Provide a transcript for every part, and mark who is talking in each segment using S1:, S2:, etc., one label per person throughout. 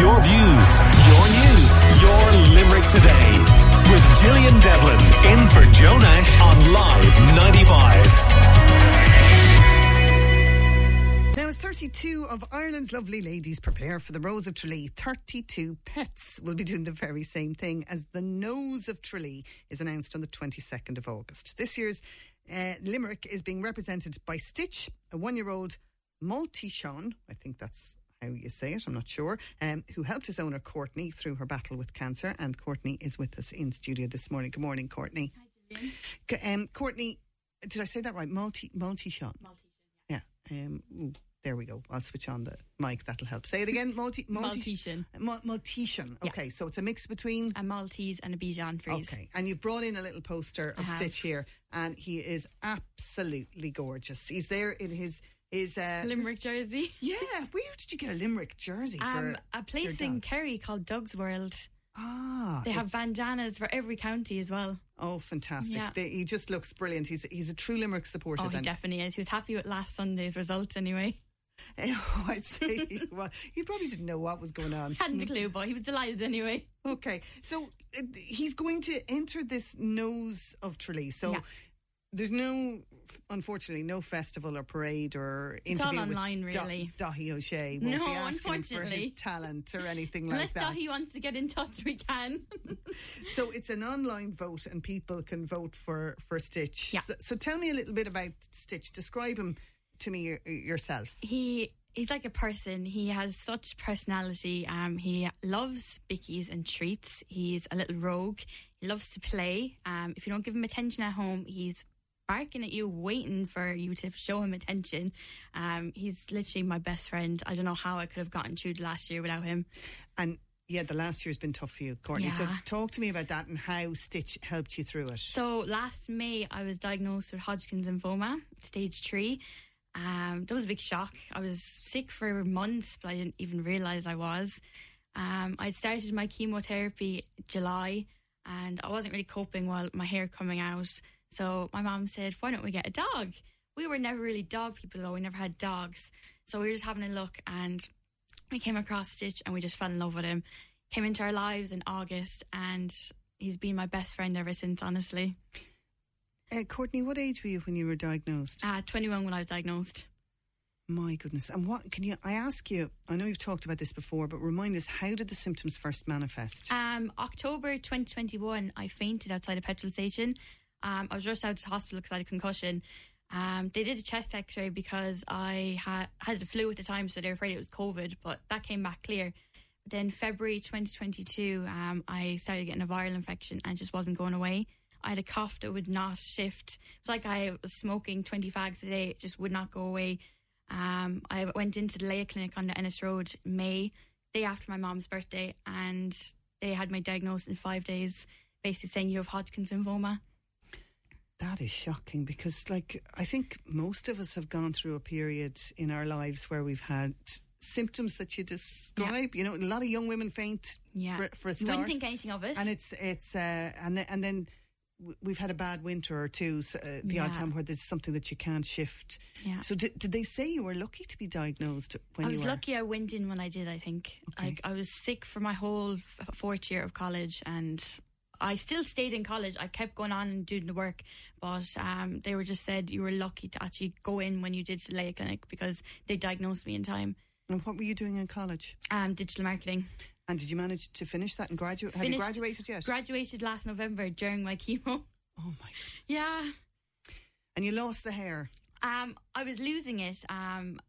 S1: Your views, your news, your Limerick today. With Gillian Devlin in for Joe Nash on Live 95.
S2: Now, as 32 of Ireland's lovely ladies prepare for the Rose of Tralee, 32 pets will be doing the very same thing as the Nose of Tralee is announced on the 22nd of August. This year's uh, Limerick is being represented by Stitch, a one year old Maltishon, I think that's how you say it, I'm not sure, um, who helped his owner Courtney through her battle with cancer. And Courtney is with us in studio this morning. Good morning, Courtney. C- Um, Courtney, did I say that right? Multi, Maltishon. Yeah. Um, ooh, there we go. I'll switch on the mic. That'll help. Say it again. Multi, multi,
S3: Maltesian.
S2: Mal- Maltesian.
S3: Yeah. Uh,
S2: Okay. So it's a mix between.
S3: A Maltese and a Bichon Frise.
S2: Okay. And you've brought in a little poster
S3: I
S2: of
S3: have.
S2: Stitch here, and he is absolutely gorgeous. He's there in his his. Uh,
S3: Limerick jersey.
S2: yeah. Where did you get a Limerick jersey
S3: Um,
S2: for?
S3: a place
S2: your
S3: in
S2: dog?
S3: Kerry called Doug's World.
S2: Ah.
S3: They have bandanas for every county as well.
S2: Oh, fantastic!
S3: Yeah.
S2: They, he just looks brilliant. He's he's a true Limerick supporter.
S3: Oh, he
S2: then.
S3: definitely is. He was happy with last Sunday's result anyway.
S2: oh, I see. well, he probably didn't know what was going on. Mm.
S3: Hadn't a clue, but he was delighted anyway.
S2: Okay, so uh, he's going to enter this nose of Tralee. So
S3: Yeah.
S2: there's no, unfortunately, no festival or parade or
S3: all
S2: interview
S3: online,
S2: with Do-
S3: really.
S2: Dahi O'Shea won't
S3: No,
S2: be asking him for his
S3: unfortunately.
S2: talent or anything like
S3: Unless
S2: that.
S3: Dahi wants to get in touch, we can.
S2: So it's an online vote, and people can vote for for Stitch.
S3: Yeah.
S2: So, so tell me a little bit about Stitch. Describe him to me y- yourself.
S3: he he's like a person. He has such personality. Um, he loves bickies and treats. He's a little rogue. He loves to play. Um, if you don't give him attention at home, he's barking at you, waiting for you to show him attention. Um, he's literally my best friend. I don't know how I could have gotten through the last year without him.
S2: And yeah, the last year's been tough for you, Courtney. So
S3: Yeah.
S2: talk to me about that and how Stitch helped you through it.
S3: So last May, I was diagnosed with Hodgkin's lymphoma, stage three. Um, that was a big shock. I was sick for months, but I didn't even realize I was. Um, I'd started my chemotherapy July, and I wasn't really coping well. with My hair coming out, so my mom said, "Why don't we get a dog?" We were never really dog people, though. We never had dogs, so we were just having a look, and we came across Stitch and we just fell in love with him. Came into our lives in August and he's been my best friend ever since, honestly.
S2: Uh, Courtney, what age were you when you were diagnosed?
S3: Uh, 21 when I was diagnosed.
S2: My goodness. And what can you, I ask you, I know you've talked about this before, but remind us, how did the symptoms first manifest?
S3: Um, October 2021, I fainted outside a petrol station. Um, I was rushed out to hospital because I had a concussion. Um, they did a chest x ray because I had, had the flu at the time, so they were afraid it was COVID, but that came back clear. Then, February 2022, um, I started getting a viral infection and it just wasn't going away. I had a cough that would not shift. It was like I was smoking 20 fags a day, it just would not go away. Um, I went into the Leia clinic on the Ennis Road in May, day after my mom's birthday, and they had my diagnosis in five days, basically saying you have Hodgkin's lymphoma.
S2: that is shocking because, like, I think most of us have gone through a period in our lives where we've had symptoms that you describe. You know, a lot of young women faint
S3: Yeah,
S2: for, for a
S3: you
S2: start.
S3: wouldn't think anything of it.
S2: and it's, it's, uh, and then, and then w- we've had a bad winter or two, so, uh, the odd
S3: Yeah.
S2: time where there's something that you can't shift.
S3: yeah.
S2: So, did, did they say you were lucky to be diagnosed when
S3: I
S2: you
S3: was
S2: were?
S3: lucky I went in when I did, I think.
S2: Okay.
S3: Like, I was sick for my whole f- fourth year of college and I still stayed in college. I kept going on and doing the work, but um, they were just said you were lucky to actually go in when you did to Leia Clinic because they diagnosed me in time.
S2: And what were you doing in college?
S3: Um, digital marketing.
S2: And did you manage to finish that and graduate? Have you
S3: Finished-
S2: graduated yet?
S3: Graduated last November during my chemo.
S2: oh my! God.
S3: Yeah.
S2: And you lost the hair.
S3: Um, I was losing it. Um,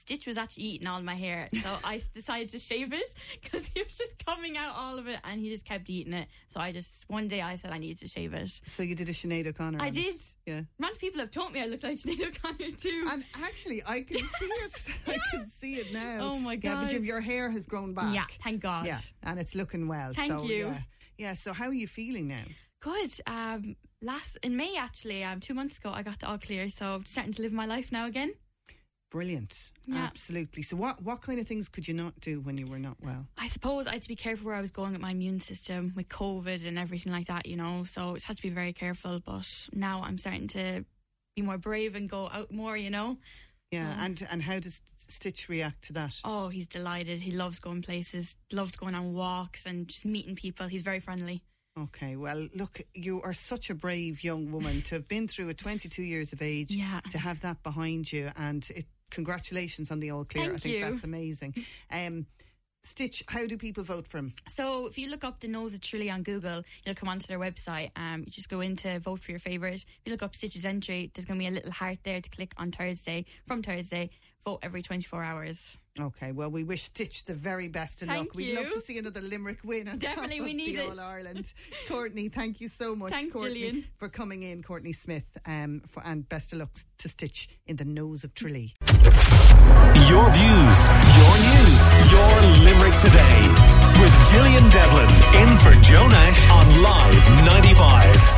S3: Stitch was actually eating all my hair, so I s- decided to shave it because he was just coming out all of it, and he just kept eating it. So I just one day I said I needed to shave it.
S2: So you did a Sinead O'Connor. on
S3: I
S2: it.
S3: did.
S2: Yeah.
S3: Random people have told me I look like Sinead O'Connor too.
S2: And actually, I can see it. I can see it now.
S3: Oh my
S2: Yeah, but
S3: God.
S2: your- your hair has grown back.
S3: Yeah, thank God.
S2: Yeah, and it's looking well.
S3: Thank
S2: so,
S3: you.
S2: Yeah. yeah. So how are you feeling now?
S3: Good. Um, last in May actually, um, two months ago I got the all clear, so I'm starting to live my life now again.
S2: Brilliant.
S3: Yeah.
S2: Absolutely. So what what kind of things could you not do when you were not well?
S3: I suppose I had to be careful where I was going with my immune system with COVID and everything like that, you know. So it's had to be very careful. But now I'm starting to be more brave and go out more, you know.
S2: Yeah, and and how does Stitch react to that?
S3: Oh, he's delighted. He loves going places, loves going on walks and just meeting people. He's very friendly.
S2: Okay, well, look, you are such a brave young woman to have been through at 22 years of age,
S3: Yeah.
S2: to have that behind you, and it, congratulations on the all clear. I
S3: Thank
S2: think
S3: you.
S2: that's amazing. Um, Stitch, how do people vote for him?
S3: So if you look up the nose of Truly on Google, you'll come onto their website. Um, you just go in to vote for your favourite. If you look up Stitch's entry, there's going to be a little heart there to click on Thursday. From Thursday, vote every 24 hours.
S2: Okay, well, we wish Stitch the very best of
S3: Thank
S2: luck. We'd
S3: you.
S2: love to see another Limerick win. On
S3: Definitely,
S2: top
S3: we
S2: of
S3: need
S2: the
S3: it.
S2: All Ireland. Courtney, thank you so much,
S3: Thanks,
S2: Courtney,
S3: Gillian.
S2: for coming in, Courtney Smith, um, for, and best of luck to Stitch in the nose of Tralee.
S1: Your views, your news, your Limerick today. With Gillian Devlin in for Joe Nash on Live 95.